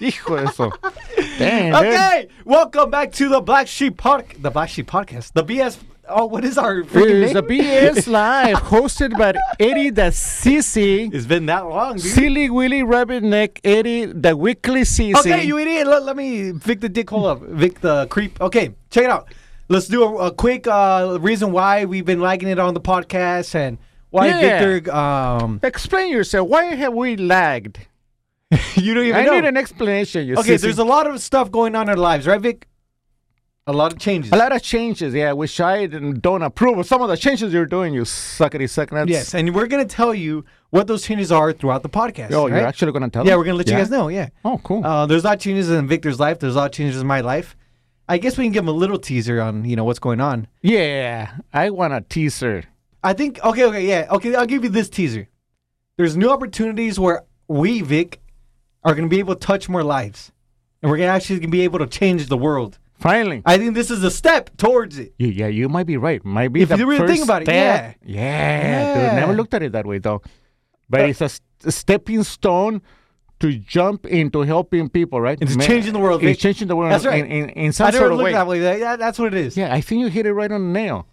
Hijo de eso. Damn, dude. Okay, welcome back to the Black Sheep Park, the Black Sheep Podcast, the BS. Oh, what is our freaking It's name? a BS Live hosted by Eddie the Sissy, it's been that long, dude. Silly Willy Rabbit Neck, Eddie the Weekly Sissy. Okay, you idiot. Let, let me Vic the dick hole up. Vic the creep. Okay, check it out. Let's do a, a quick uh, reason why we've been liking it on the podcast and why Yeah. Victor. Um, Explain yourself. Why have we lagged? you don't even I know. need an explanation. You okay, sissy. there's a lot of stuff going on in our lives, right, Vic? A lot of changes. A lot of changes, yeah, which I didn't- don't approve of. Some of the changes you're doing, you suckety sucknuts. Yes, and we're gonna tell you what those changes are throughout the podcast. Oh, you're right? actually going to tell yeah, them? we're gonna let you guys know. Yeah. Oh, cool. Uh, there's a lot of changes in Victor's life. There's a lot of changes in my life. I guess we can give him a little teaser on you know what's going on. yeah, I want a teaser. I think okay, okay, yeah, okay. I'll give you this teaser. There's new opportunities where we Vic are gonna be able to touch more lives, and we're gonna actually gonna be able to change the world. Finally. I think this is a step towards it. Y- yeah, you might be right. Might be If the you really first think about it, step. yeah. dude. Yeah. Never looked at it that way, though. But it's a st- stepping stone to jump into helping people, right? It's Ma- changing the world, Vic. It's changing the world That's right. in, in, in I some never sort of looked way. that way. That- that- that's what it is. Yeah, I think you hit it right on the nail.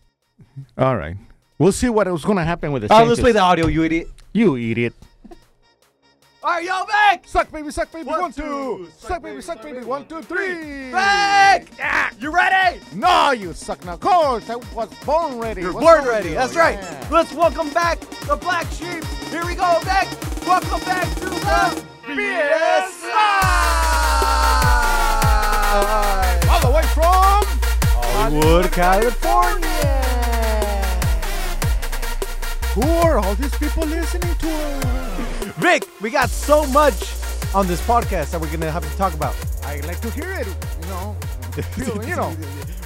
All right. We'll see what was going to happen with the All right, changes. Uh, let's play the audio, you idiot. You idiot. All right, yo, Vic. Suck baby, suck baby, One, one, two. two. Suck baby, suck baby, one, two, three. Vic, you ready? No, you suck now. Of course, I was born ready. You're What's born wrong with ready. you? Oh, That's right. Yeah. Let's welcome back the Black Sheep. Here we go, Vic. Welcome back to the BS Live. All the way from Hollywood, California. Who are all these people listening to us? Vic, we got so much on this podcast that we're gonna have to talk about. I like to hear it. You know, feel, you know.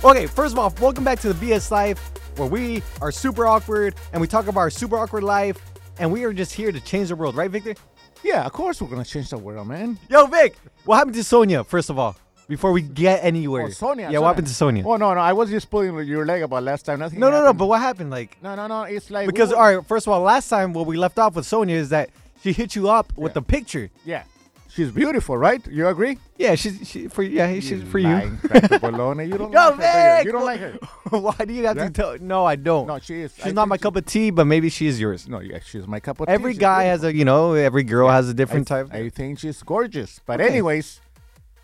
Okay, first of all, welcome back to the BS Life, where we are super awkward and we talk about our super awkward life, and we are just here to change the world, right, Victor? Yeah, of course we're gonna change the world, man. Yo, Vic, what happened to Sonia, first of all? Before we get anywhere. Oh, Sonia. Yeah, what happened to Sonia? Oh no, no, I was just pulling your leg about last time. Nothing. no, no, no, happened. but what happened? Like, no, no, no. It's like because, we- all right, first of all, last time what we left off with Sonia is that she hit you up with Yeah. the picture. yeah, she's beautiful, right? You agree? Yeah, she's she, for yeah, she's for you. lying back to Bologna. You don't Yo, like her. do Vic! You? You don't like her. Why do you have Yeah? to tell? No, I don't. No, she is. she's not my cup of tea, but maybe she is yours. No, yeah, she's my cup of tea. Every She's guy beautiful. has a, you know, every girl has a different I, type. I think she's gorgeous. But Okay. anyways,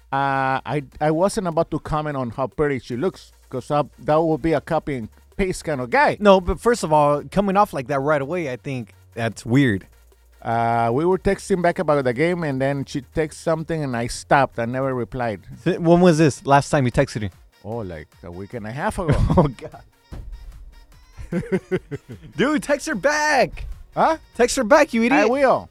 uh, I I wasn't about to comment on how pretty she looks because that will be a copy and paste kind of guy. no, but first of all, coming off like that right away, I think that's weird. Uh, we were texting back about the game, and then she texted something, and I stopped. I never replied. Th- When was this? Last time you texted her? Oh, like a week and a half ago. Oh god. Dude, text her back. huh? Text her back, you idiot. I will.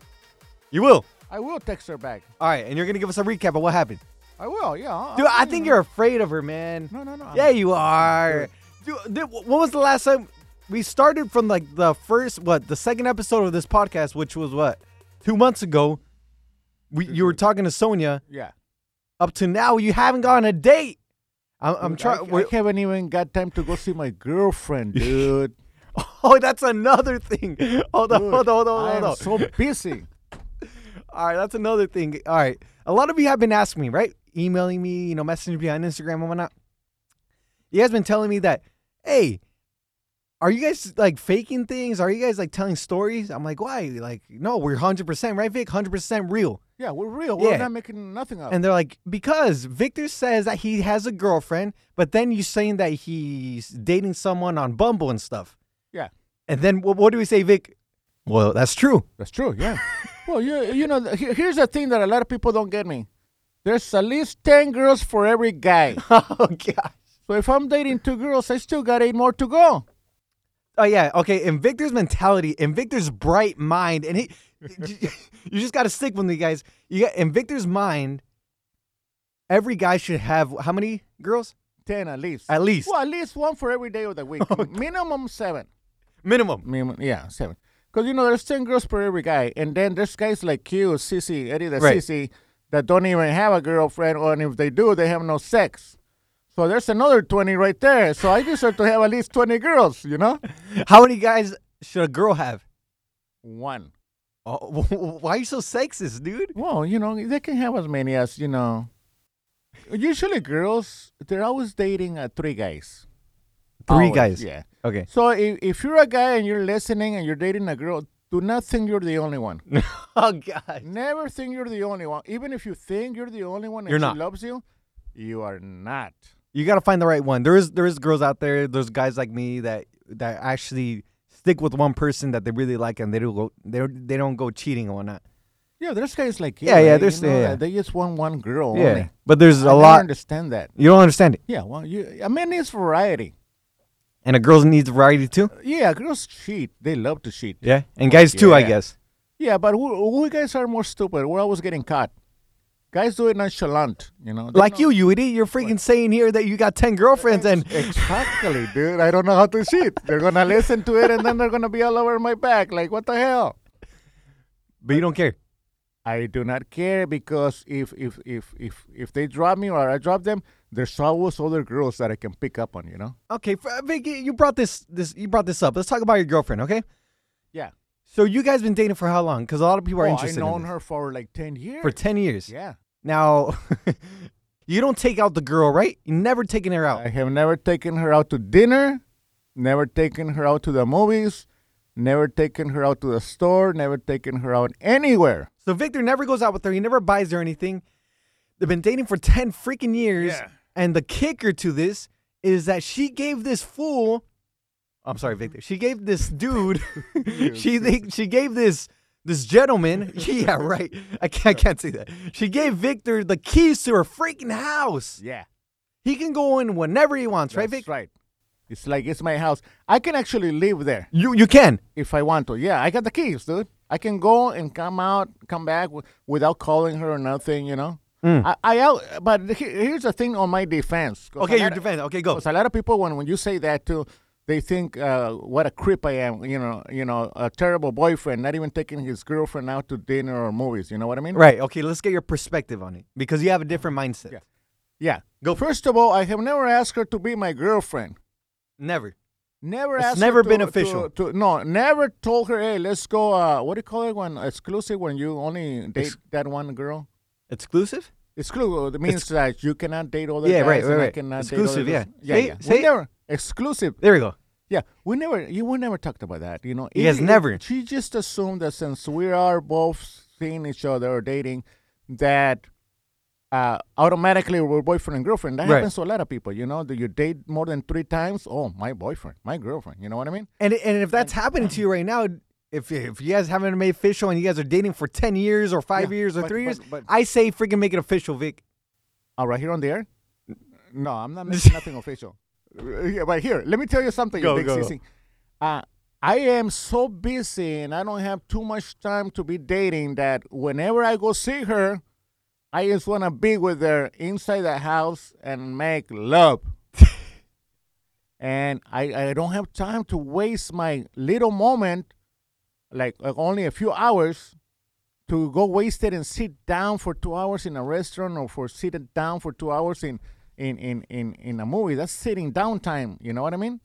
You will. I will text her back. All right, and you're gonna give us a recap of what happened. I will. Yeah. I'll- Dude, I'll I do think it. you're afraid of her, man. No, no, no. I'm- Yeah, you are. Dude, th- when was the last time we started from like the first, what, the second episode of this podcast, which was what, two months ago? We you were Mm-hmm. talking to Sonia. Yeah. Up to now, you haven't gone on a date. I'm, I'm Dude, trying. I, I haven't even got time to go see my girlfriend, dude. Oh, that's another thing. Hold on, Dude, hold on, hold on, I hold am on. so busy. All right, that's another thing. All right, a lot of you have been asking me, right? Emailing me, you know, messaging me on Instagram and whatnot. You guys been telling me that, hey, are you guys like faking things? Are you guys like telling stories? I'm like, why? Like, no, we're 100% right, Vic, 100% real. Yeah, we're real. Yeah. We're not making nothing up. And they're like, because Victor says that he has a girlfriend, but then you saying that he's dating someone on Bumble and stuff. yeah, And then what, what do we say, Vic? Well, that's true. that's true. Yeah. well, you you know, he- here's the thing that a lot of people don't get me. There's at least ten girls for every guy. oh gosh. so if I'm dating two girls, I still got eight more to go. Oh yeah, okay. In Victor's mentality, in Victor's bright mind, and he, you just got to stick with me, guys. You got in Victor's mind, every guy should have how many girls? Ten at least. At least. Well, at least one for every day of the week. Minimum seven. Minimum. Minimum, yeah, seven. Because you know, there's ten girls per every guy, and then there's guys like you, Sissy, Eddie, the Right. Sissy, that don't even have a girlfriend, or and if they do, they have no sex. So there's another twenty right there. So I deserve to have at least twenty girls. You know, How many guys should a girl have? one. Oh, why are you so sexist, dude? Well, you know, they can have as many as, you know. Usually girls, they're always dating uh, three guys. Three Always, guys. Yeah. Okay. So if, if you're a guy and you're listening and you're dating a girl, do not think you're the only one. Oh God. Never think you're the only one. Even if you think you're the only one and You're she not. loves you, you are not. You gotta find the right one. There is there is girls out there. There's guys like me that that actually stick with one person that they really like, and they don't go they don't- they don't go cheating and whatnot. Yeah, there's guys like you. Yeah, yeah, right? there's- you know, yeah, yeah. They just want one girl Yeah. only. But there's I a never lot. understand that. You don't understand it. Yeah, well, you, I mean, it's variety. And a girl needs variety too. Yeah, girls cheat. They love to cheat. Yeah. And guys too, I yeah. guess. Yeah, but we, we guys are more stupid. We're always getting caught. Guys do it nonchalant, you know. They Like know- you, you idiot. You're freaking saying here that you got ten girlfriends, and Exactly, dude. I don't know how to cheat. They're gonna listen to it, and then they're gonna be all over my back. Like, what the hell? but you don't care. I do not care because if if if if if they drop me or I drop them, there's always other girls that I can pick up on. You know. Okay, f- Vicky, you brought this this you brought this up. Let's talk about your girlfriend, okay? Yeah. So you guys been dating for how long? Because a lot of people are Oh, I've interested. in known this. her for like ten years. for ten years. yeah. Now, you don't take out the girl, right? You never taking her out. I have never taken her out to dinner, never taken her out to the movies, never taken her out to the store, never taken her out anywhere. So Victor never goes out with her. He never buys her anything. They've been dating for ten freaking years. Yeah. And the kicker to this is that she gave this fool. I'm sorry, Victor. She gave this dude. she think she gave this this gentleman. yeah, right. I can't, I can't say that. She gave Victor the keys to her freaking house. Yeah. He can go in whenever he wants, right, That's Victor? right. It's like it's my house. I can actually live there You you can. if I want to. Yeah, I got the keys, dude. I can go and come out, come back w- without calling her or nothing, you know? Mm. I, I out, but he- here's the thing on my defense. 'cause Okay, a you're lot of- defending. Okay, go. Because a lot of people, when, when you say that too, they think uh, what a creep I am. You know, you know, a terrible boyfriend, not even taking his girlfriend out to dinner or movies. You know what I mean? Right. Okay, let's get your perspective on it because you have a different mindset. Yeah. Yeah. Go. First of all, I have never asked her to be my girlfriend. Never. Never It's asked. never her been to- official. To, to- no, never told her. Hey, let's go. Uh, what do you call it when exclusive? When you only date Ex- that one girl. Exclusive? Exclusive it means that you cannot date other Yeah, right, guys. right, and I right. cannot date Exclusive, other yeah. girls. Yeah, Say- yeah. say- we never exclusive. There we go. Yeah, we never, you we never talked about that. You know, You guys It- it- never. She just assumed that since we are both seeing each other or dating, that uh, automatically we're boyfriend and girlfriend. That Right. happens to a lot of people. You know, do you date more than three times? Oh, my boyfriend, my girlfriend. You know what I mean? And and if that's happening to you right now, if if you guys haven't made official and you guys are dating for ten years or five Yeah, years or but- three but- years, but- I say freaking make it official, Vic. All right, here on the air. No, I'm not making nothing official. Uh, Yeah, but here, let me tell you something. you Go, big go, go. sissy. Uh, I am so busy and I don't have too much time to be dating that whenever I go see her, I just want to be with her inside the house and make love. and I, I don't have time to waste my little moment, like, like only a few hours, to go waste it and sit down for two hours in a restaurant or for sitting down for two hours in in in in, in a movie. That's sitting down time. You know what I mean?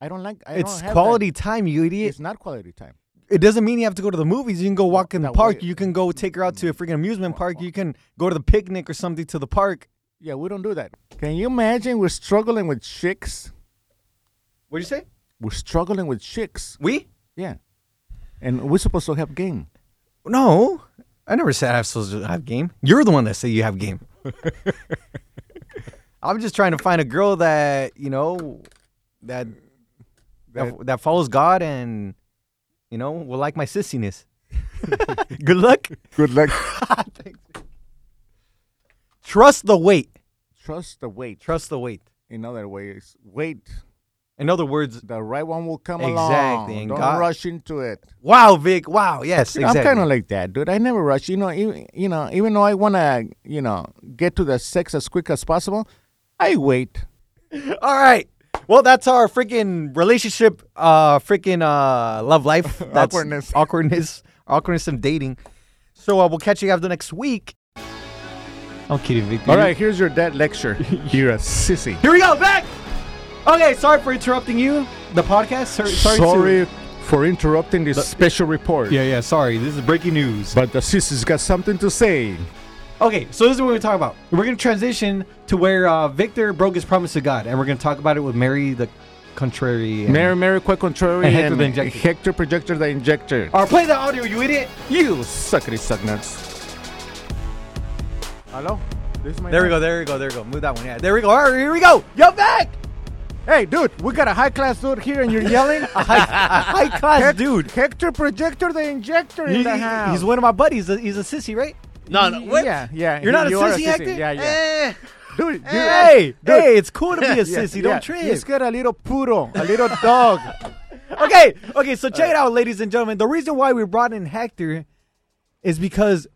I don't like. I It's don't have quality time, you That. idiot. It's not quality time. It doesn't mean you have to go to the movies. You can go walk in the That park. way- Mm. You can go take her out to a freaking amusement park. You can go to the picnic or something to the park. Yeah, we don't do that. Can you imagine? We're struggling with chicks. What'd you say? We're struggling with chicks. We? Yeah, and we're supposed to have game. No, I never said I'm supposed to have game. You're the one that said you have game. I'm just trying to find a girl that you know that that, that follows God and you know will like my sissiness. Good luck. Good luck. Trust the wait. Trust the wait. Trust the wait. In other ways, wait. In other words, The right one will come along. Exactly, and Don't God- rush into it. wow, Vic. Wow, yes, exactly. I'm kind of like that, dude. I never rush. You know, even, you know, even though I want to, you know, get to the sex as quick as possible, I wait. All right. Well, that's our freaking relationship, uh, freaking uh, love life. That's Awkwardness. awkwardness, awkwardness of dating. So uh, we'll catch you guys the next week. I'm kidding, Victor. All right, here's your dad lecture. You're a sissy. here we go. Back. Okay, sorry for interrupting you. The podcast. Sorry, sorry, Sorry, to- sorry for interrupting this The- special report. Yeah, yeah. Sorry, this is breaking news. But the sister's got something to say. Okay, so this is what we're talking about. We're gonna transition to where uh, Victor broke his promise to God, and we're gonna talk about it with Mary the Contrary. Mary, Mary, quite contrary, And Hector the and Injector. Hector Projector the Injector. Or play the audio, you idiot. You suckety suck nuts. Hello? This is my There we mic. go. There we go. There we go. Move that one. Yeah. There we go. All right, here we go. Yo, back. Hey, dude, we got a high class dude here and you're yelling? High class dude. Hector Projector the Injector in He- the he- house. he's one of my buddies. He's a sissy, right? No, no. What? Yeah, yeah. You're not a you are sissy, Hector. Yeah, yeah. Eh. Dude, you- eh. Hey, dude. hey, it's cool to be a Yeah, sissy. Don't yeah. trip. He's got a little poodle, a little dog. okay, okay. So check it out, ladies and gentlemen. The reason why we brought in Hector is because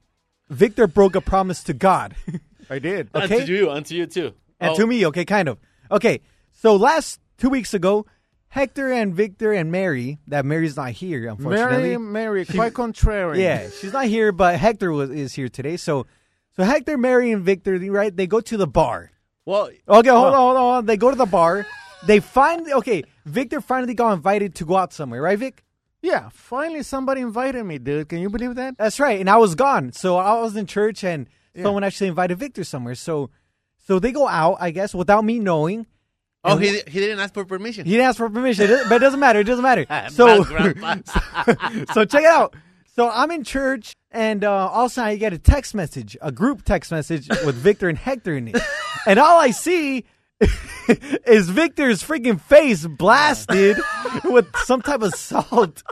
Victor broke a promise to God I did. Okay. Unto you, unto you too. and Oh, to me. Okay, kind of. Okay, so last two weeks ago, Hector and Victor and Mary. That Mary's not here, unfortunately. Mary, Mary, quite contrary. Yeah, she's not here, but Hector was is here today. So, so Hector, Mary, and Victor, right? They go to the bar. Well, Okay, hold on, hold on, hold on. They go to the bar. They find okay. Victor finally got invited to go out somewhere, right, Vic? Yeah, finally somebody invited me, dude. Can you believe that? That's right. And I was gone, so I was in church, and someone actually invited Victor somewhere. So, so they go out, I guess, without me knowing. oh, he, di- he didn't ask for permission. Ah, He didn't ask for permission, it doesn't- but it doesn't matter. It doesn't matter. So, Bad grandpa. so check it out. So I'm in church, and uh, all of a sudden I get a text message, a group text message with Victor and Hector in it, and all I see is Victor's freaking face blasted with some type of salt.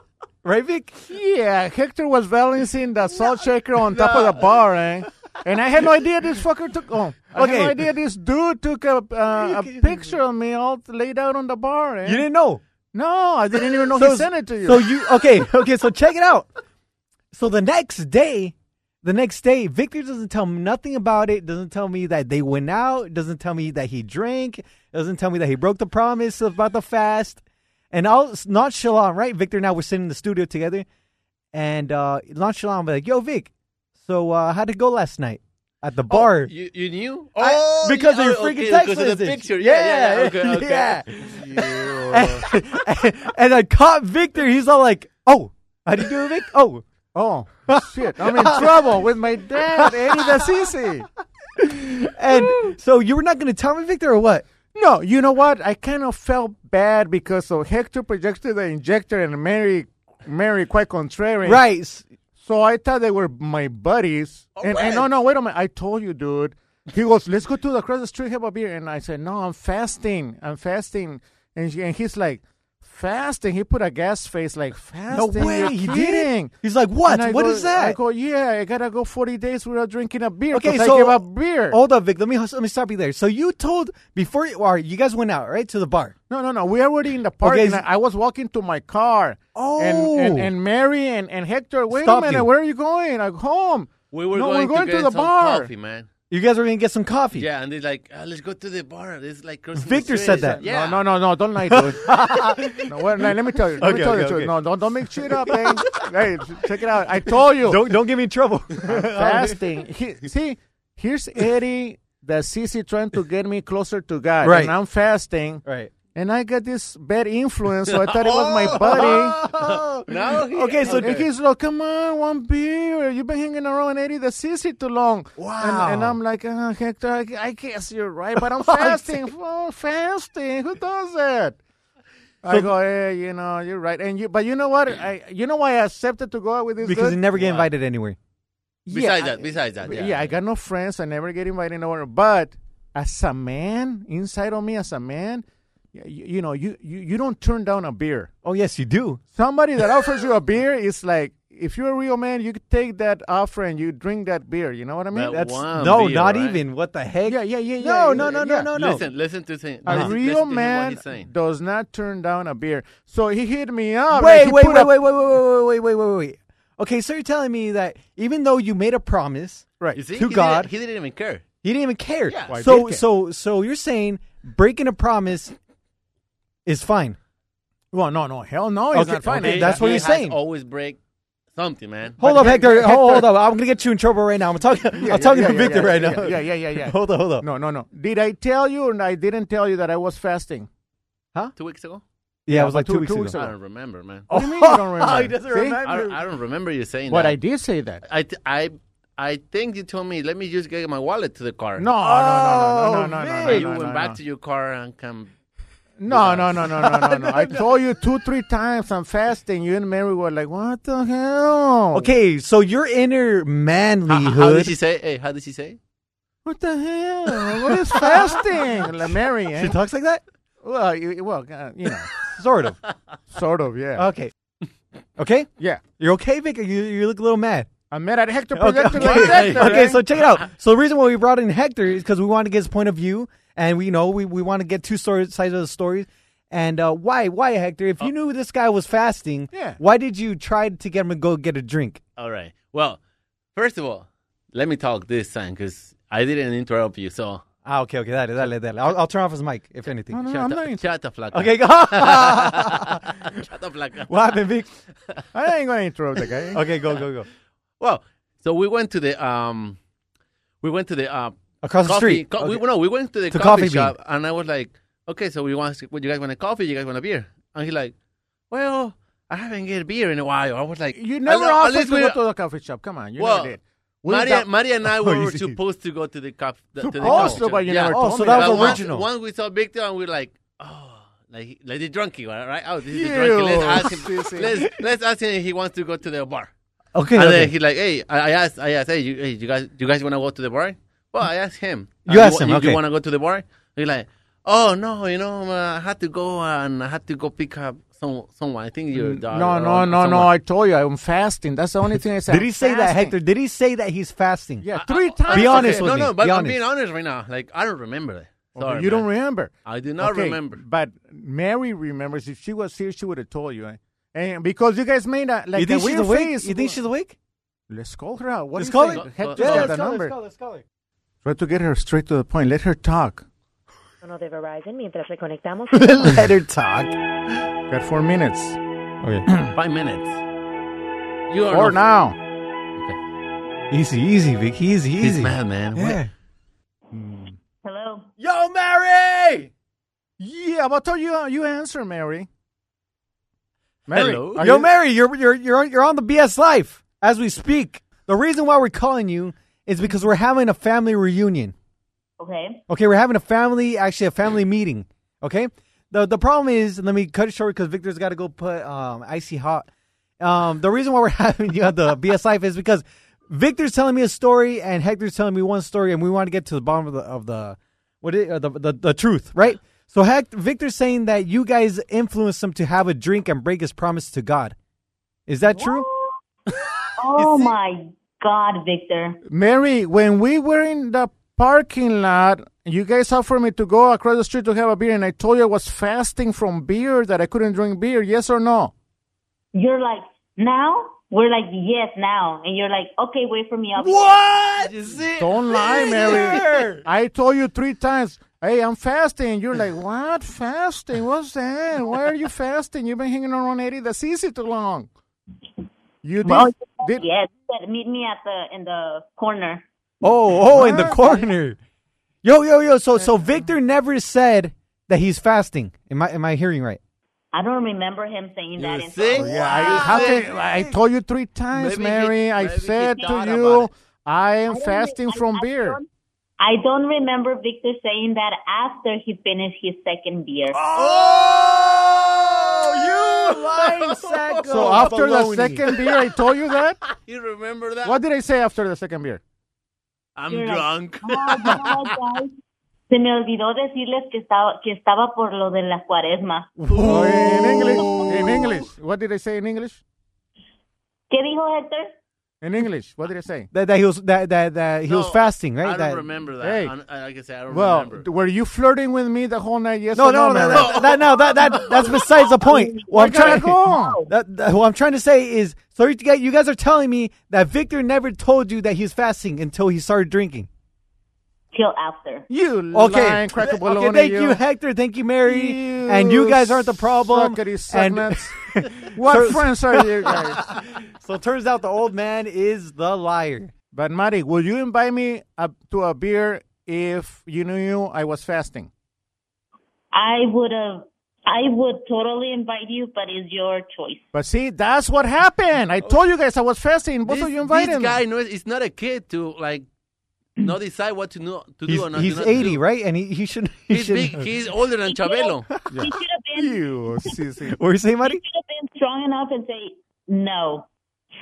Right, Vic? Yeah, Hector was balancing the salt shaker on top of the bar, eh? And I had no idea this fucker took. Oh, I had no Okay. idea this dude took a uh, a picture of me all laid out on the bar. Eh? You didn't know. no, I didn't even know Oh, he sent it to you. So you okay? Okay, so check it out. So the next day, the next day, Victor doesn't tell me nothing about it. Doesn't tell me that they went out. Doesn't tell me that he drank. Doesn't tell me that he broke the promise about the fast. And all nonchalant, right? Victor and I were sitting in the studio together, and uh nonchalant, be like, "Yo, Vic, so uh how'd it go last night at the bar?" Oh, you, you knew? I- Oh, because yeah, of your oh, freaking okay, text because of the message. picture. Yeah, yeah, Yeah, okay, okay. yeah. You- and I caught Victor. He's all like, "Oh, how'd you do, it, Vic? Oh." oh shit, I'm in trouble with my dad, Eddie the Sisi. And so you were not going to tell me, Victor, or what? No, you know what? I kind of felt bad because of Hector projected the injector and Mary, Mary quite contrary. Right. s- So I thought they were my buddies. Oh, and, and no, no, wait a minute. I told you, dude. He goes, let's go to the across the street, have a beer. And I said, no, I'm fasting. I'm fasting. And, she, and he's like, fasting. He put a gas face like, No fasting. way. You're He did kidding. it. He's like, what? And I What go- is that? I go, yeah, I gotta go 40 days without drinking a beer. Okay, 'cause so- Oh. I give up beer. Hold up, Vic. Let me let me stop you there. So you told before you, all right, you guys went out right to the bar. No, no, no. We are already in the parking is- lot. I was walking to my car. And, and, Oh. and Mary and, and Hector, wait Stop a minute. you. Where are you going? Like, home. We were no, going, we're going to, to, get the some bar. coffee, man. You guys were gonna get some coffee. Yeah, and they're like, "Ah, let's go to the bar. It's like crossing the Victor street." said that. Yeah. No, no, no, no. Don't lie, dude. no, wait, no, let me tell you. Let Okay, me tell okay, you the truth. okay. No, don't, don't make shit up, man. hey, check it out. I told you. Don't don't get me in trouble. fasting. He- see, here's Eddie, the CC trying to get me closer to God. Right. And I'm fasting. right. And I got this bad influence, so I thought it was my buddy. No, he- Okay, so And he's like, come on, one beer. You've been hanging around Eddie the sissy too long. Wow. And, and I'm like, uh, Hector, I, I guess you're right, but I'm fasting. oh, fasting. Who does that? I go, eh, you know, you're right. And you, but you know what? I, you know why I accepted to go out with this because you dude? never get Wow. invited anywhere. Besides I- that, besides that, yeah. I got no friends. I never get invited nowhere. But as a man, inside of me, as a man, you, you know, you, you you don't turn down a beer Oh yes, you do. somebody that offers you a beer is like if you're a real man you could take that offer and you drink that beer you know what i mean That that's one no, beer, not right? even. What the heck? yeah yeah yeah yeah No, yeah, no, no, yeah. no, no, no. Listen, listen to him. a listen, listen real to him what man he's saying. does not turn down a beer so he hit me up wait, he wait, put wait, up- wait, wait, wait, wait, wait, wait, wait, wait. Okay, so you're telling me that even though you made a promise, right You To see, he didn't- God. he didn't even care. you didn't even care. Yeah. Why So, did care? so, so you're saying breaking a promise is fine. well no no hell no it's Okay, not fine okay, that's what he he's has saying. Always break something, man. Hold But up, here- Hector. Hector- Hold, hold up. I'm gonna get you in trouble right now. I'm talking. Yeah, I'm talking yeah, to yeah, Victor yeah, right yeah, now. yeah yeah yeah yeah Hold up, hold up. no no no did i tell you or i didn't tell you that i was fasting Two weeks ago. Yeah, it was like two- two weeks two ago. weeks I ago. don't remember, man. What do you mean you don't Oh, remember? he doesn't See? remember. I, don't- I don't remember you saying But that. I did say that. I, th- I, I think you told me, let me just get my wallet to the car. No, no, no, no, no, no, no, no, And no, Oh, you no, went no, back no. to your car and come. No, no, no, no, no, no, no. I told you two, three times I'm fasting. You and Mary were like, "What the hell?" Okay, so your inner How, how manlyhood. did she say? Hey, how did she say? What the hell? What is fasting? like Mary, eh? she talks like that? well, you, well, uh, you know, Sort of. sort of, yeah, Okay. Okay? yeah. You're okay, Vic? You, you look a little mad. I met at Hector Okay, Projector. okay. with Hector, Okay, eh? so check it out. So the reason why we brought in Hector is because we want to get his point of view, and we know we, we want to get two story, sides of the stories. And uh, why, why Hector? If you knew this guy was fasting, Oh. Yeah. why did you try to get him to go get a drink? All right. Well, first of all, let me talk this time because I didn't interrupt you. So Ah, okay, okay, that, that, that. I'll, I'll turn off his mic if anything. No, no, no, shut I'm the- not. Inter- shut the flaca. Okay, go. shut the flaca. what happened, Vic? I ain't gonna interrupt the guy. Okay, go, go, go. Well, so we went to the um, we went to the uh, Across the coffee. street. co- Okay. we, no, we went to the To Coffee coffee, Bean. shop, and I was like, okay, so we want, what, you guys want a coffee? You guys want a beer? And he's like, well, I haven't get a beer in a while. I was like, You never at- at offered least to we- go to the coffee shop. Come on, you Well, never did. We Maria, down- Maria and I you were see. supposed to go to the coffee. The, to the Supposed coffee to, shop. but you yeah. never Oh, told so me. that was But once- original. Once we saw Victor, and we are like, oh, like, he- like the drunkie, right? right? Oh, this is the Ew. drunkie. Let's ask him. See, see. let's, let's ask him if he wants to go to the bar. Okay, And then okay. he like, hey, I I asked, I asked, hey, you, hey, you guys, you guys want to go to the bar? Well, I asked him. You Uh, wa- asked him, You, okay. want to go to the bar? He's like, oh no, you know, uh, I had to go and I had to go pick up some someone. I think your daughter. No, or no, no, someone. no. I told you I'm fasting. That's the only thing I said. Did he say that, Fasting. Hector? Did he say that he's fasting? Yeah, three times. Be I honest said. with no, me. no, but Be I'm being honest right now. Like I don't remember it. Okay, Sorry, you man. don't remember. I do not Okay, remember. But Mary remembers. If she was here, she would have told you. eh? And because you guys made a like you think she's a weird awake? face. You think she's awake? Let's call her out. What Let's do you call think? her. Hector's Yeah, got the let's number. let's call her. Try to get her straight to the point. Let her talk. teléfono de Verizon mientras reconectamos. Let her talk. Got four minutes. Okay. Five minutes. You are Or not- now. easy, easy, Vic. Easy, He's easy. mad, man. What- Yeah. Hello. Yo, Mary. Yeah, but tell you you answer, Mary. Mary. Hello? are Yo, you- Mary, you're you're you're you're on the BS life as we speak. The reason why we're calling you is because we're having a family reunion. Okay. Okay, we're having a family, actually a family meeting. Okay, the the problem is, let me cut it short because Victor's got to go put um icy hot. Um, the reason why we're having you at the BS Life is because Victor's telling me a story and Hector's telling me one story, and we want to get to the bottom of the of the what is, uh, the, the the truth, right? So Hector, Victor's saying that you guys influenced him to have a drink and break his promise to God. Is that true? Oh my God, Victor. Mary, when we were in the parking lot, you guys offered me to go across the street to have a beer, and I told you I was fasting from beer, that I couldn't drink beer. Yes or no? You're like, now? We're like, yes, now. And you're like, okay, wait for me. I'll be- What? Is it? Don't lie, Mary. I told you three times. Hey, I'm fasting. You're like, what? Fasting? What's that? Why are you fasting? You've been hanging around Eddie the CC too long. You did. Well, did Oh, yes. you said Meet me at the in the corner. Oh, oh, in the What? corner. Yo, yo, yo. So, so Victor never said that he's fasting. Am I, am I hearing right? I don't remember him saying that. You in- see? Yeah, I, how can, I told you three times, Maybe he- Mary. I maybe he said to thought about you, it. I I am don't re- fasting I- from I beer. don't- I don't remember Victor saying that after he finished his second beer. Oh, you lying sack. So of after the baloney. second beer, I told you that. You remember that? What did I say after the second beer? I'm You're like, drunk. "Oh, no, guys, Se me olvidó decirles que estaba, que estaba por lo de la cuaresma. Oh, in English, in English, what did I say in English? ¿Qué dijo Hector? In English, what did I say? that, that he was that that, that he was No, fasting, right? I don't that, remember that. Hey. I, I- like I said, I don't Well, remember. d- were you flirting with me the whole night? Yes No, or no, no, no, Mary? that, that, that- no, that, that that's besides the point. What I'm We gotta trying go. That, that, what I'm trying to say is, so you guys- you guys are telling me that Victor never told you that he's fasting until he started drinking. Till after. You Okay. lying cracker Th- baloney, okay, thank you. Hector. Thank you, Mary. You and you guys aren't the problem. suckety And- sucknuts. what So- friends are you guys? so it turns out the old man is the liar. But Mari, will you invite me up to a beer if you knew I was fasting? I would have I would totally invite you, but it's your choice. But see, that's what happened. I told you guys I was fasting. Both this, of you this invited guy me. no, is not a kid to like not decide what to, know, to He's, do or not. he's to not 80, do. right? And he, he should. He He's should big. He's older than Chabelo. Yeah. He should have been, You, sí, sí. What were you saying, Mari? he should have been strong enough and say, no,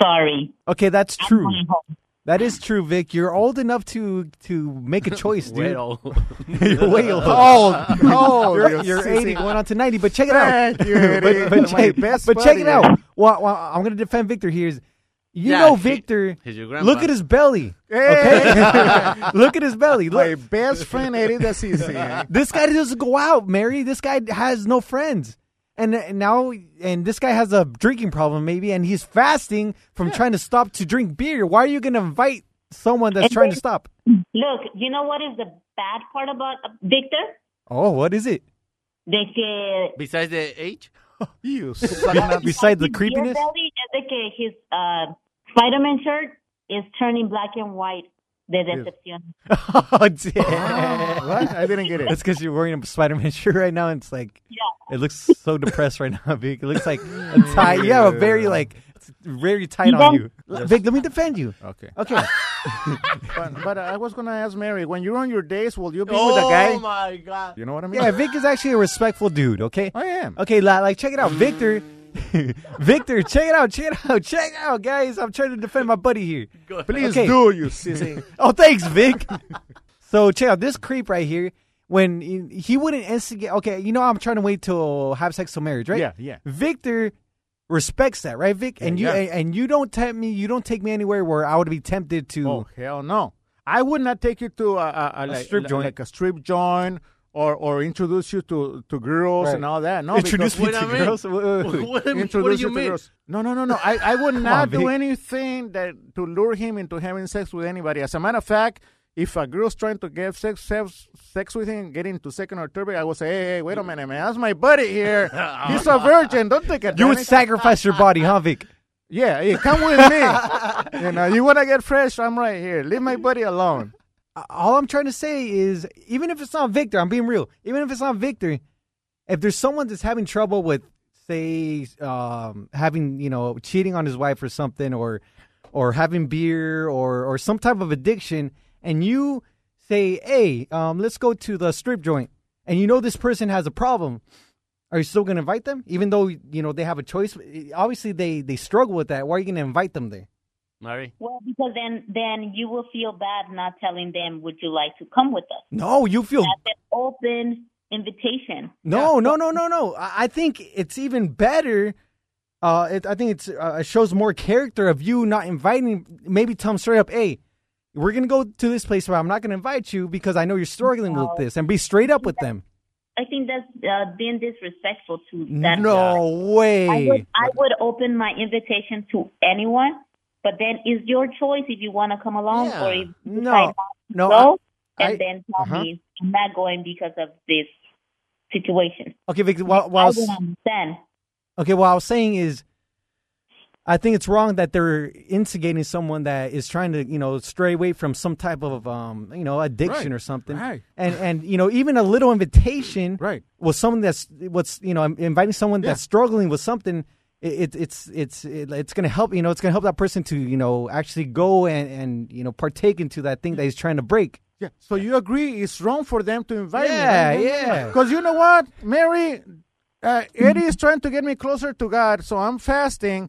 sorry. Okay, that's I'm true. going home." That is true, Vic. You're old enough to to make a choice, dude. Well, You're way old. Old, old. You're, you're Sí, 80, sí. going on to 90. But check it out. Thank you, but, but Eddie. My check, best but check it buddy. out. Well, well, I'm going to defend Victor here. Is you Yeah, know he- Victor. he's your grandpa. Look at his belly. Hey. Look at his belly. My Look. best friend Eddie the CC. This guy doesn't go out, Mary. This guy has no friends. And uh, now, and this guy has a drinking problem, maybe, and he's fasting from trying to stop to drink beer. Why are you going to invite someone that's And trying to then- stop? Look, you know what is the bad part about Victor? Oh, what is it? De que Besides the age, You son of a- Besides the Your creepiness? belly es de que his uh, Spider-Man shirt is turning black and white de decepción. Oh, damn. What? I didn't get it. That's because you're wearing a Spider Man shirt right now, and it's like, it looks so depressed right now, Vic. It looks like a tight, you have a very, like, it's very tight on you. Vic, let me defend you. Okay. Okay. But, but I was going to ask Mary, when you're on your days, will you be oh with a guy? my god! You know what I mean? Yeah, Vic is actually a respectful dude, okay? I am. Okay, la- like, check it out. Victor, Victor, check it out, check it out, check it out, guys. I'm trying to defend my buddy here. Please okay. do, you sissy. Oh, thanks, Vic. so check out this creep right here. When he, he wouldn't instigate, okay, you know I'm trying to wait till have sex till marriage, right? Yeah, yeah. Victor respects that, right, Vic? and you yeah. and, and you don't tempt me, you don't take me anywhere where I would be tempted to. Oh hell no! I would not take you to a, a, a, like, strip li- joint. like a strip joint, or or introduce you to to girls Right. and all that. No, Introduce me because- Wait to a minute. girls. Wait, wait, wait. What, do you- what do Introduce you to mean? girls. No, no, no, no. I, I would not do Vic. anything that to lure him into having sex with anybody. As a matter of fact, if a girl's trying to get sex sex, sex with him, get into second or third, I would say, hey, hey, wait a minute, man. That's my buddy here. He's a virgin. Don't take it. You would sacrifice your body, huh, Vic? Yeah, hey, come with me. you know, you want to get fresh? I'm right here. Leave my buddy alone. all I'm trying to say is, even if it's not Victor, I'm being real. Even if it's not Victor, if there's someone that's having trouble with, say, um, having you know cheating on his wife or something, or or having beer or or some type of addiction, and you say, "Hey, um, let's go to the strip joint," and you know this person has a problem, are you still going to invite them, even though you know they have a choice? Obviously, they they struggle with that. Why are you going to invite them there? Mary, Well, because then then you will feel bad not telling them, would you like to come with us? No, you feel That's an open invitation. No, no, no, no, no. I I think it's even better. Uh, it, I think it's uh, it shows more character of you not inviting. Maybe tell them straight up, hey, we're gonna go to this place, but I'm not gonna invite you because I know you're struggling with No. this, and be straight up with them. I think that's uh, being disrespectful to that. No I would, way. I would open my invitation to anyone, but then it's your choice if you want to come along Yeah. or if you No. decide not to No, go, I- and then tell uh-huh. me I'm not going because of this situation. Okay, Vic. While, I while don't understand. Okay, what I was saying is, I think it's wrong that they're instigating someone that is trying to, you know, stray away from some type of, um, you know, addiction Right, or something. right. And and you know, even a little invitation, Right. With someone that's what's you know inviting someone Yeah. that's struggling with something, it, it it's it's it, it's going to help. You know, it's going to help that person to you know actually go and and you know partake into that thing that he's trying to break. Yeah. So you agree it's wrong for them to invite Yeah, me? yeah. Because you know what, Mary, uh, Eddie is trying to get me closer to God, so I'm fasting.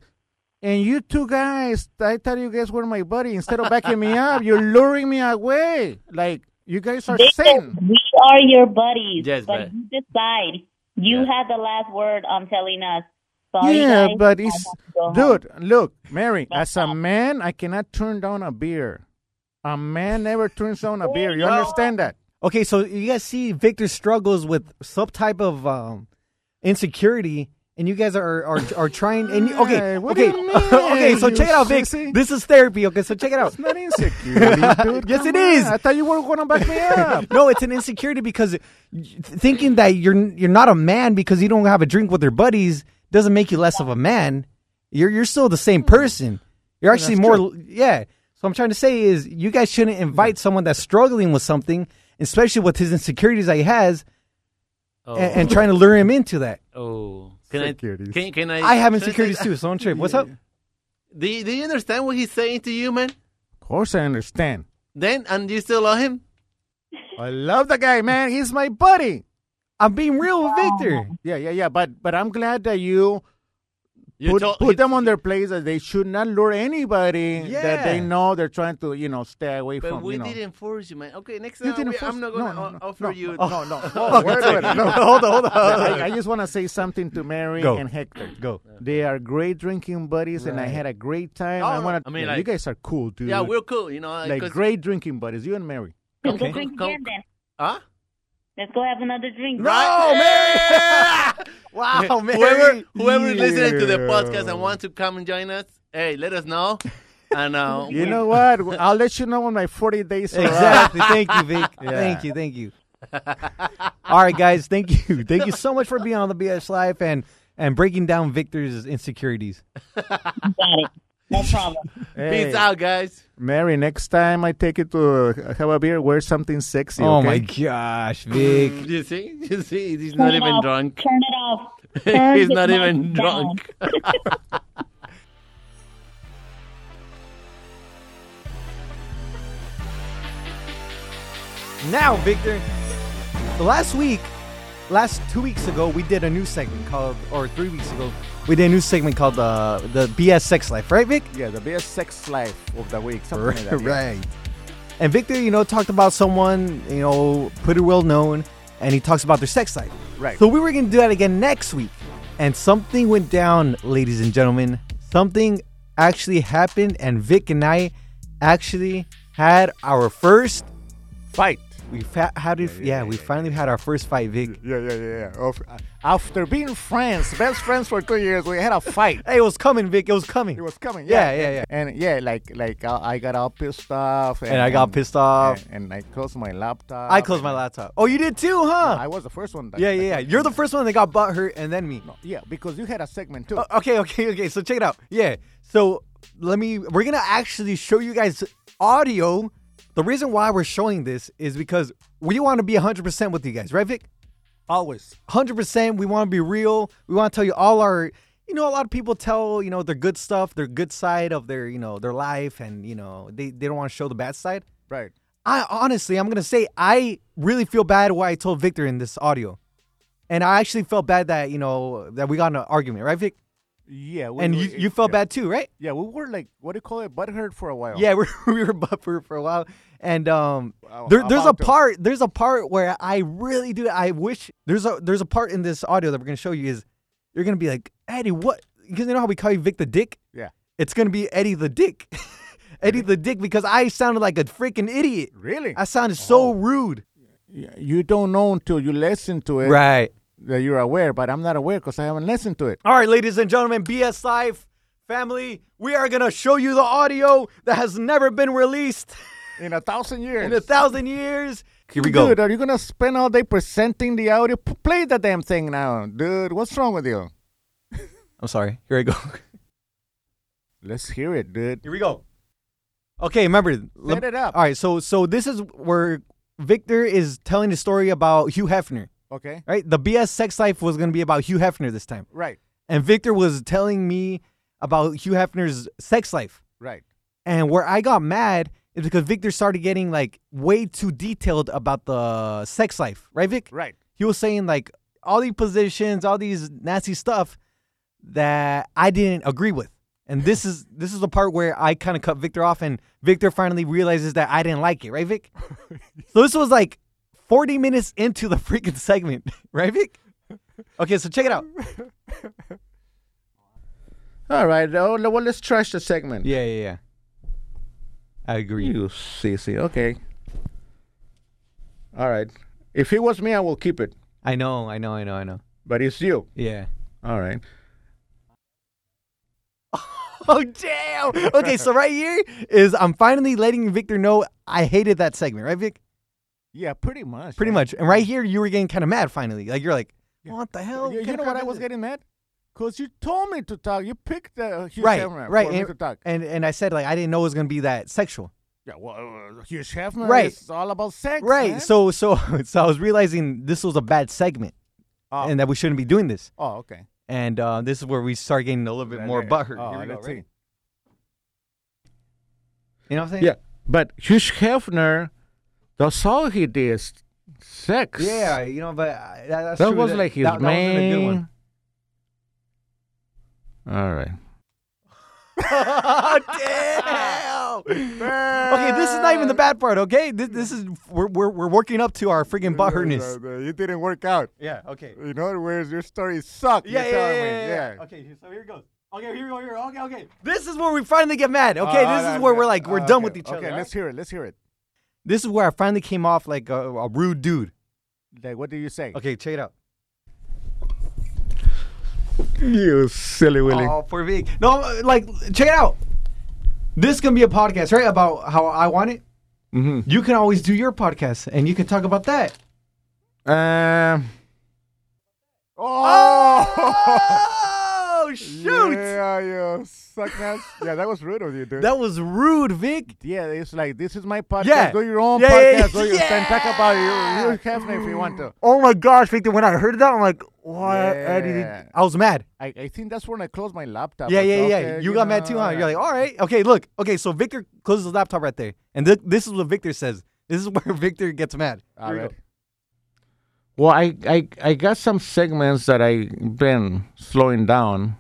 And you two guys, I thought you guys were my buddy. Instead of backing me up, you're luring me away. Like you guys are They sin. said, we are your buddies, Yes, but but- you decide. You Yeah. had had the last word on telling us. Sorry, Yeah, guys, but I it's have to go home." dude. Look, Mary, That's as a all. man, I cannot turn down a beer. A man never turns down a beer. You Well- understand that? Okay, so you guys see Victor struggles with some type of um, insecurity, and you guys are are, are trying. And you, okay, Hey, what okay, do you mean, okay. So you check it out, Vic. sissy? This is therapy. Okay, so check it out. It's not insecurity, dude. Yes, Come it on. is. I thought you were going to back me up. No, it's an insecurity because thinking that you're you're not a man because you don't have a drink with your buddies doesn't make you less of a man. You're you're still the same person. You're actually more yeah. So I'm trying to say is you guys shouldn't invite someone that's struggling with something, especially with his insecurities that he has. Oh. a- and, trying to lure him into that. oh. Can I, Securities. can, can I? I have should insecurities take- too, so don't trip. What's up? Do you, do you understand what he's saying to you, man? Of course, I understand. Then, and you still love him? I love the guy, man. He's my buddy. I'm being real with Victor. Yeah, yeah, yeah. But but I'm glad that you You put, told- put you- them on their place that they should not lure anybody that they Yeah. know they're trying to you know stay away But from. we you know. didn't force you, man. Okay, next You time didn't we- force- I'm not gonna no, o- no, offer no, you. no, no, Oh, wait, wait, no, hold on, hold on. I, I just want to say something to Mary Go. and Hector. Go. They are great drinking buddies, and I Right. had a great time. No, I no, want Oh, to. I mean, yeah, like- you guys are cool, dude. Yeah, we're cool. You know, like 'cause- great drinking buddies. You and Mary. Let's Okay. go drink Coke. again then. Huh? Let's go have another drink. No, Mary. Wow, Mary. whoever whoever is listening to the Oh, Yeah. podcast and wants to come and join us, hey, let us know. And uh, You know what? I'll let you know when my forty days are up. Exactly. Thank you, Vic. Yeah. Thank you. Thank you. All right, guys. Thank you. Thank you so much for being on the BS Life and and breaking down Victor's insecurities. You Got it. No problem. Hey, peace out, guys. Mary. Next time I take you to uh, have a beer, wear something sexy. Oh okay? my gosh, Vic. You see, you see, he's not Turn it even off. drunk. Turn it off. Turn he's the not even mic down. drunk. Now, Victor. So last week, last two weeks ago, we did a new segment called, or three weeks ago, we did a new segment called uh, the BS Sex Life, right, Vic? Yeah, the best sex life of the week. Something like that. yeah. Right. And Victor, you know, talked about someone, you know, pretty well known, and he talks about their sex life. Right. So we were gonna do that again next week, and something went down, ladies and gentlemen. Something actually happened, and Vic and I actually had our first. Fight. We fa- how did? Yeah, we finally had our first fight, Vic. Yeah, yeah, yeah. yeah. Of- uh, After being friends, best friends for two years, we had a fight. Hey, it was coming, Vic. It was coming. It was coming. Yeah, yeah, yeah. And yeah, like like uh, I, I got all pissed off, and, and I got pissed off. and, and I closed my laptop. I closed and my laptop. Oh, you did too, huh? I was the first one. That, yeah, yeah, yeah. You're the first one that got butt hurt, and then me. yeah, because you had a segment too. O- okay, okay, okay. So check it out. Yeah. So let me. We're gonna actually show you guys audio. The reason why we're showing this is because we want to be 100% with you guys, right, Vic? Always. 100%. We want to be real. We want to tell you all our. You know, a lot of people tell you know their good stuff, their good side of their you know their life, and you know they they don't want to show the bad side. Right. I honestly, I'm gonna say I really feel bad why I told Victor in this audio, and I actually felt bad that you know that we got in an argument, right, Vic? Yeah. we- And we- you, it- you felt yeah. bad too, right? Yeah, we were like, what do you call it, butthurt for a while. Yeah, we were, we were buffer for a while, and um, Wow, there, there's a about to- part there's a part where I really do. I wish there's a there's a part in this audio that we're gonna show you is you're gonna be like Eddie, what? Because you know how we call you Vic the Dick. Yeah. It's gonna be Eddie the Dick, Eddie the Dick, because I sounded like a freaking idiot. Really? I sounded so rude. Y- you don't know until you listen to it Right. that you're aware, but I'm not aware because I haven't listened to it. All right, ladies and gentlemen, BS Life family, we are going to show you the audio that has never been released In a thousand years. in a thousand years. Here we go. Dude, are you gonna spend all day presenting the audio? P- play the damn thing now, dude. What's wrong with you? I'm sorry. Here we go. Let's hear it, dude. Here we go. Okay, remember. Set it up. All right, so so this is where Victor is telling the story about Hugh Hefner, Okay. right? The BS sex life was going to be about Hugh Hefner this time. Right. And Victor was telling me about Hugh Hefner's sex life. Right. And where I got mad is because Victor started getting like way too detailed about the sex life, right, Vic? Right. He was saying like all these positions, all these nasty stuff that I didn't agree with. And this is this is the part where I kind of cut Victor off, and Victor finally realizes that I didn't like it, right, Vic? so this was like 40 minutes into the freaking segment, right, Vic? Okay, so check it out. All right. Oh, le- well, let's trash the segment. Yeah, yeah, yeah. I agree. You sissy. Okay. All right. If it was me, I will keep it. I know, I know, I know, I know. But it's you. Yeah. All right. Oh damn! Okay, so right here is I'm finally letting Victor know I hated that segment, right, Vic? Yeah, pretty much. Pretty yeah. much. And right here, you were getting kind of mad finally. Like you're like, Yeah. what the hell? You, you kind know of what crap I is was this?" getting mad? Cause you told me to talk. You picked the uh, Hugh Right, Hefner right, for me and- to talk. And and I said like I didn't know it was gonna be that sexual. Yeah, well, uh, Hugh Hefner Right. is all about sex. Right. man. So so so I was realizing this was a bad segment. Oh. and that we shouldn't be doing this. Oh, okay. And uh, this is where we start getting a little bit more butthurt. Oh, Here we go, let's right? see. You know what I'm saying? Yeah, but Hugh Hefner, that's all he did. is Sex. Yeah, you know, but uh, that, that's that true. was like his that, that wasn't a main. good one. All right. Damn. okay, this is not even the bad part. Okay, this, this is we're, we're we're working up to our freaking butthurtness. You didn't work out. Yeah. Okay. You know, whereas your story sucked. Yeah, you're yeah, telling yeah, me. yeah, yeah. Okay, so here it goes. Okay, here we go. Here, okay, okay. This is where we finally get mad. Okay, Oh, Ah, this ah, is where ah, we're like we're ah, done okay, with each other. Okay, let's right? hear it. Let's hear it. This is where I finally came off like a, a rude dude. Like, what do you say? Okay, check it out. You silly Willy. Oh, poor Vic. No, like check it out. This can be a podcast, right? About how I want it. hmm You can always do your podcast, and you can talk about that. Um. Oh. Oh shoot! Yeah, you suck nuts. yeah, that was rude of you, dude. That was rude, Vic. yeah, it's like this is my podcast. Yeah. Go your own Yeah, yeah, podcast. yeah. Go your, and talk about Yeah. your, your Hefner if you want to. Oh my gosh, Victor! When I heard that, I'm like, what? Yeah. I was mad. I, I think that's when I closed my laptop. Yeah, I yeah, said, yeah. okay, you got mad know, too, huh? You're alright. like, all right, okay, look, okay. So Victor closes his laptop right there, and th- this is what Victor says. This is where Victor gets mad. Ah, Here we go. Well, I, I I got some segments that I've been slowing down.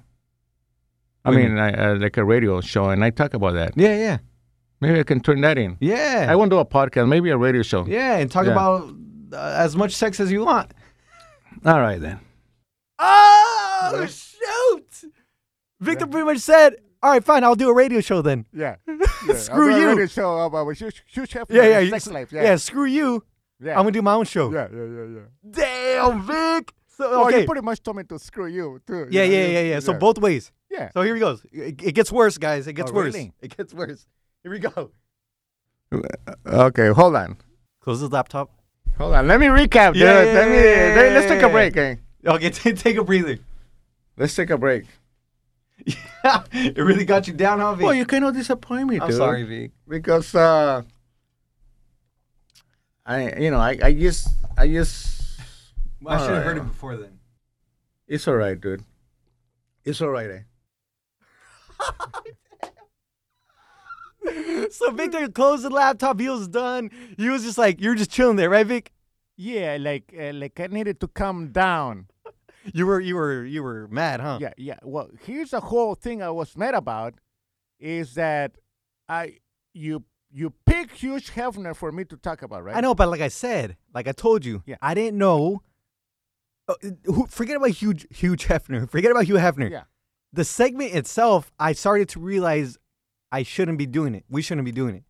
I Wait a mean, I, uh, like a radio show, and I talk about that. Yeah, yeah, Maybe I can turn that in. yeah, I won't do a podcast, maybe a radio show. yeah, and talk Yeah. about uh, as much sex as you want. All right then. Oh shoot! Victor pretty much said, "All right, fine, I'll do a radio show then." Yeah. Screw I'll do a you. radio show about Hugh- Hugh Hefner Yeah, yeah, and you- sex life. yeah. Yeah. screw you. Yeah. I'm gonna do my own show. yeah, yeah, yeah, yeah. Damn, Vic. So Oh, okay. you pretty much told me to screw you too. yeah, You know, yeah, you- yeah, yeah. So both ways. Yeah. So here he goes. It, it gets worse, guys. It gets Oh, worse. really? It gets worse. Here we go. Okay, hold on, Close his laptop. hold on. Let me recap, dude. Yeah, yeah, Let me. yeah, yeah, let- let's take yeah, a yeah. break. eh? Okay, t- take a breather. Let's take a break. it really got you down, huh, Vic? Well, you cannot disappoint me, I'm dude. sorry, Vic. because uh, I you know I I just I just I should have Alright. heard it before then. it's all right, dude. It's all right. Eh? So Victor closed the laptop. He was done. He was just like, you were just chilling there, right, Vic? Yeah, like uh, like I needed to calm down. You were, you were, you were mad, huh? Yeah, yeah. Well, here's the whole thing I was mad about is that I you you pick Hugh Hefner for me to talk about, right? I know, but like I said, like I told you, Yeah. I didn't know. Uh, who, forget about Hugh Hugh Hefner. Forget about Hugh Hefner. Yeah. The segment itself, I started to realize I shouldn't be doing it. We shouldn't be doing it.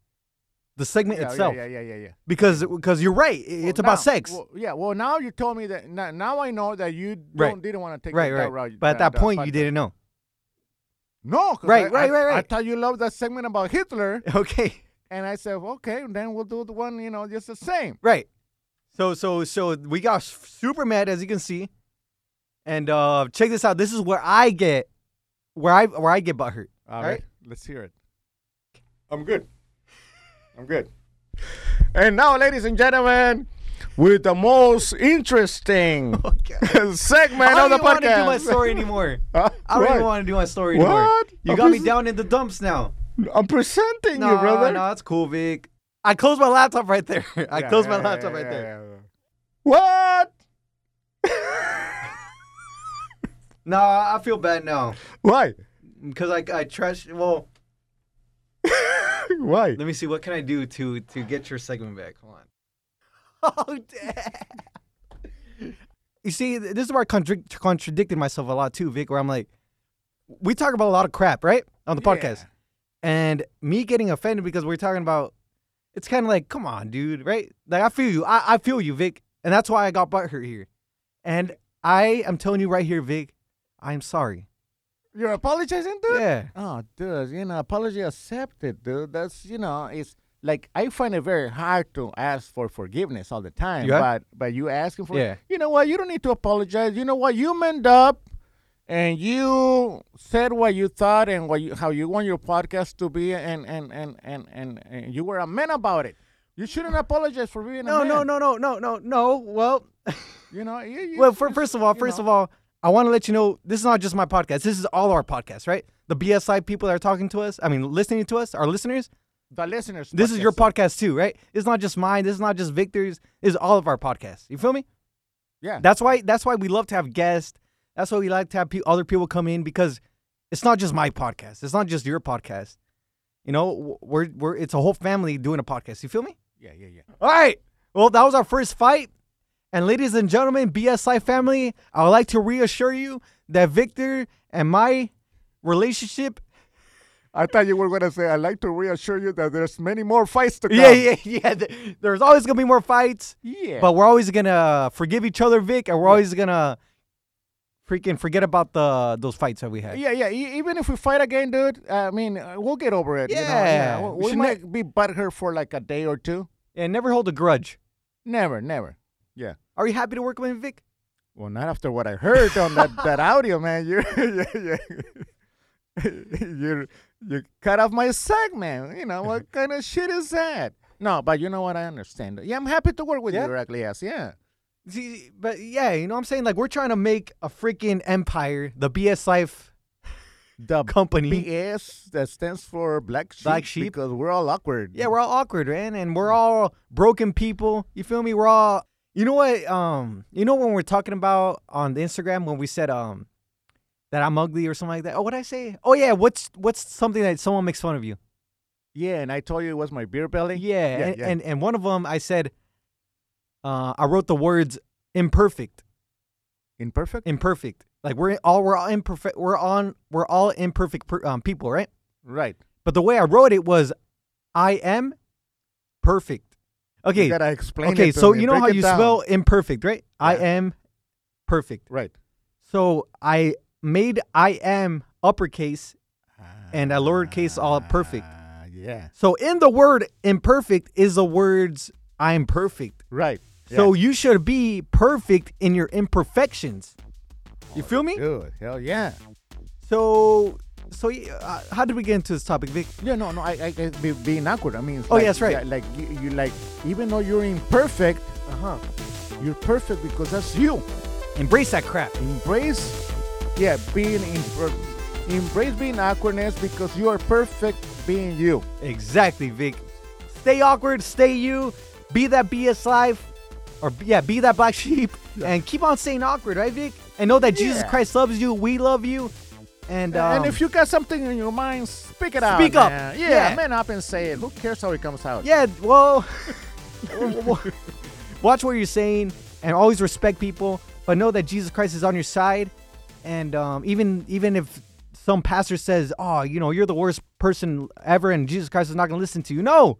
The segment Yeah, itself, Yeah, yeah, yeah, yeah. yeah. because because you're right. i- Well, it's about now- sex. well, yeah. Well, now you told me that. Now, now I know that you don't, Right. didn't want to take right, that right. route. but at that point, you podcast. didn't know. No, 'cause Right, I- right, I- right, I right. thought you loved that segment about Hitler, Okay. and I said, okay, then we'll do the one, you know, just the same. Right. So so so we got s- super mad as you can see, and uh check this out. This is where I get, where I where I get butthurt. All right. let's hear it. I'm good. I'm good. And now, ladies and gentlemen, with the most interesting segment I of the don't even want to Oh, do podcast. my story anymore. Huh? I don't even What? want to do my story What? anymore. You I'm got me just- down in the dumps now. I'm presenting No, you, brother. no, that's cool, Vic. I closed my laptop right there. I Yeah, closed yeah, my yeah, laptop yeah, right yeah, there. yeah, yeah. What? No, I feel bad now Why? because I I trashed. Well, Why? let me see. What can I do to to get your segment back? Hold on. Oh damn. You see, th- this is where I contra- contradicted myself a lot too, Vic. Where I'm like, we talk about a lot of crap, right, on the Yeah. podcast, and me getting offended because we're talking about it's kind of like, come on, dude, right? Like I feel you, I, I feel you, Vic, and that's why I got butthurt here. And I am telling you right here, Vic, I'm sorry. You're apologizing, dude? Yeah, Oh, dude, you know, apology accepted, dude. That's, you know, it's like I find it very hard to ask for forgiveness all the time. Yeah. But but you asking for, Yeah. you know what? You don't need to apologize. You know what? You manned up, and you said what you thought and what you, how you want your podcast to be, and and and and and, and you Oh, were a man about it. You shouldn't apologize for being a no, man. no, no, no, no, no, no. Well, You know, you, you- Well, fir- first of all, you first know. of all, I want to let you know this is not just my podcast. This is all our podcasts, right? The BSI people that are talking to us, I mean, listening to us, our listeners. the listeners. This is your podcast. podcast too, right? It's not just mine. This is not just Victor's. This is all of our podcasts. You feel me? Yeah. That's why. That's why we love to have guests. That's why we like to have pe- other people come in because it's not just my podcast. It's not just your podcast. You know, w- we're we're it's a whole family doing a podcast. You feel me? yeah, yeah, yeah. All right. Well, that was our first fight. And ladies and gentlemen, BSI family, I would like to reassure you that Victor and my relationship. I thought you were gonna say. I like to reassure you that there's many more fights to come. Yeah, yeah, yeah. th- There's always gonna be more fights, yeah. but we're always gonna forgive each other, Vic, and we're always gonna freaking forget about the those fights that we had. yeah, yeah. e- Even if we fight again, dude, I mean, uh, we'll get over it. you know, Yeah. We, We we should might be butthurt for like a day or two. And never hold a grudge. Never, never. Yeah. Are you happy to work with me, Vic? Well, not after what I heard on that, that audio, man. You, you, you, you cut off my segment. You know what kind of shit is that? No, but you know what? I understand. Yeah, I'm happy to work with Yeah? you, directly. Yes, yeah. See, but yeah, you know what I'm saying? Like we're trying to make a freaking empire, the BS Life The company. BS that stands for black sheep. Black sheep. Because we're all awkward. Yeah, we're all awkward, man, and we're all broken people. You feel me? We're all you know what? Um, you know when we're talking about on the Instagram when we said um that I'm ugly or something like that. Oh, what I say? Oh yeah, what's what's something that someone makes fun of you? Yeah, and I told you it was my beer belly. Yeah, Yeah, and, yeah. and and one of them I said, uh, I wrote the words imperfect, Imperfect? imperfect. Like we're all we're all imperfect. We're on we're all imperfect per, um, people, right? right. But the way I wrote it was, I am perfect. Okay, You gotta explain Okay, it to so me. you know Break how it you down. spell imperfect, right? I Yeah. am perfect. Right. So I made I am uppercase and a lowercase all perfect. Ah, yeah. So in the word imperfect is the words I am perfect. Right. So you should be perfect in your imperfections. You feel me? yeah. Dude, hell yeah. So so y- uh, how did we get into this topic, Vic? Yeah, no, no, I, I, I be, being awkward. I mean, it's Oh, like, yes, right. yeah, like you, you, like even though you're imperfect, Uh-huh. you're perfect because that's you. Embrace that crap. Embrace, yeah, being imper- embrace being awkwardness because you are perfect being you. Exactly, Vic. Stay awkward, stay you, be that BS life, or be- yeah, be that black sheep, and keep on staying awkward, right, Vic? And know that Jesus Yeah. Christ loves you, we love you, and um, and if you got something in your mind, speak it out. Speak up. man. Yeah, Yeah. man up and say it. Who cares how it comes out? yeah, well, watch what you're saying, and always respect people, but know that Jesus Christ is on your side, and um, even even if some pastor says, "Oh, you know, you're the worst person ever," and Jesus Christ is not going to listen to you, no,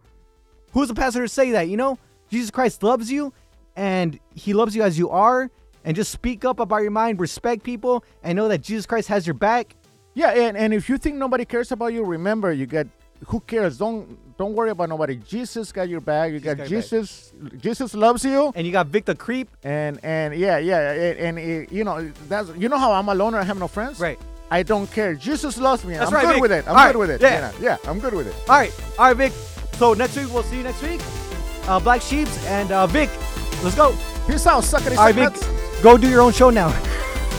Who's the pastor to say that? You know, Jesus Christ loves you and he loves you as you are. And just speak up about your mind, respect people, and know that Jesus Christ has your back. Yeah, and, and if you think nobody cares about you, remember you got who cares? Don't don't worry about nobody. Jesus got your back. You got got your back. Jesus. Jesus loves you. And you got Vic the Creep. And and yeah, yeah, and, and eh, you know that's you know how I'm a loner. I have no friends. Right. I don't care. Jesus loves me. That's I'm right, good Vic. with it. I'm All good right, with it. yeah. yeah, yeah, I'm good with it. All right. All right, Vic. So next week, we'll see you next week. Uh, Black Sheeps and uh, Vic, let's go. Peace out, suckers. All right, Vic, go do your own show now.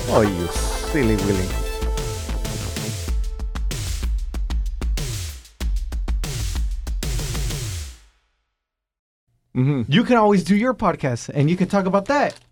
Oh, you silly Willie. You can always do your podcast and you can talk about that.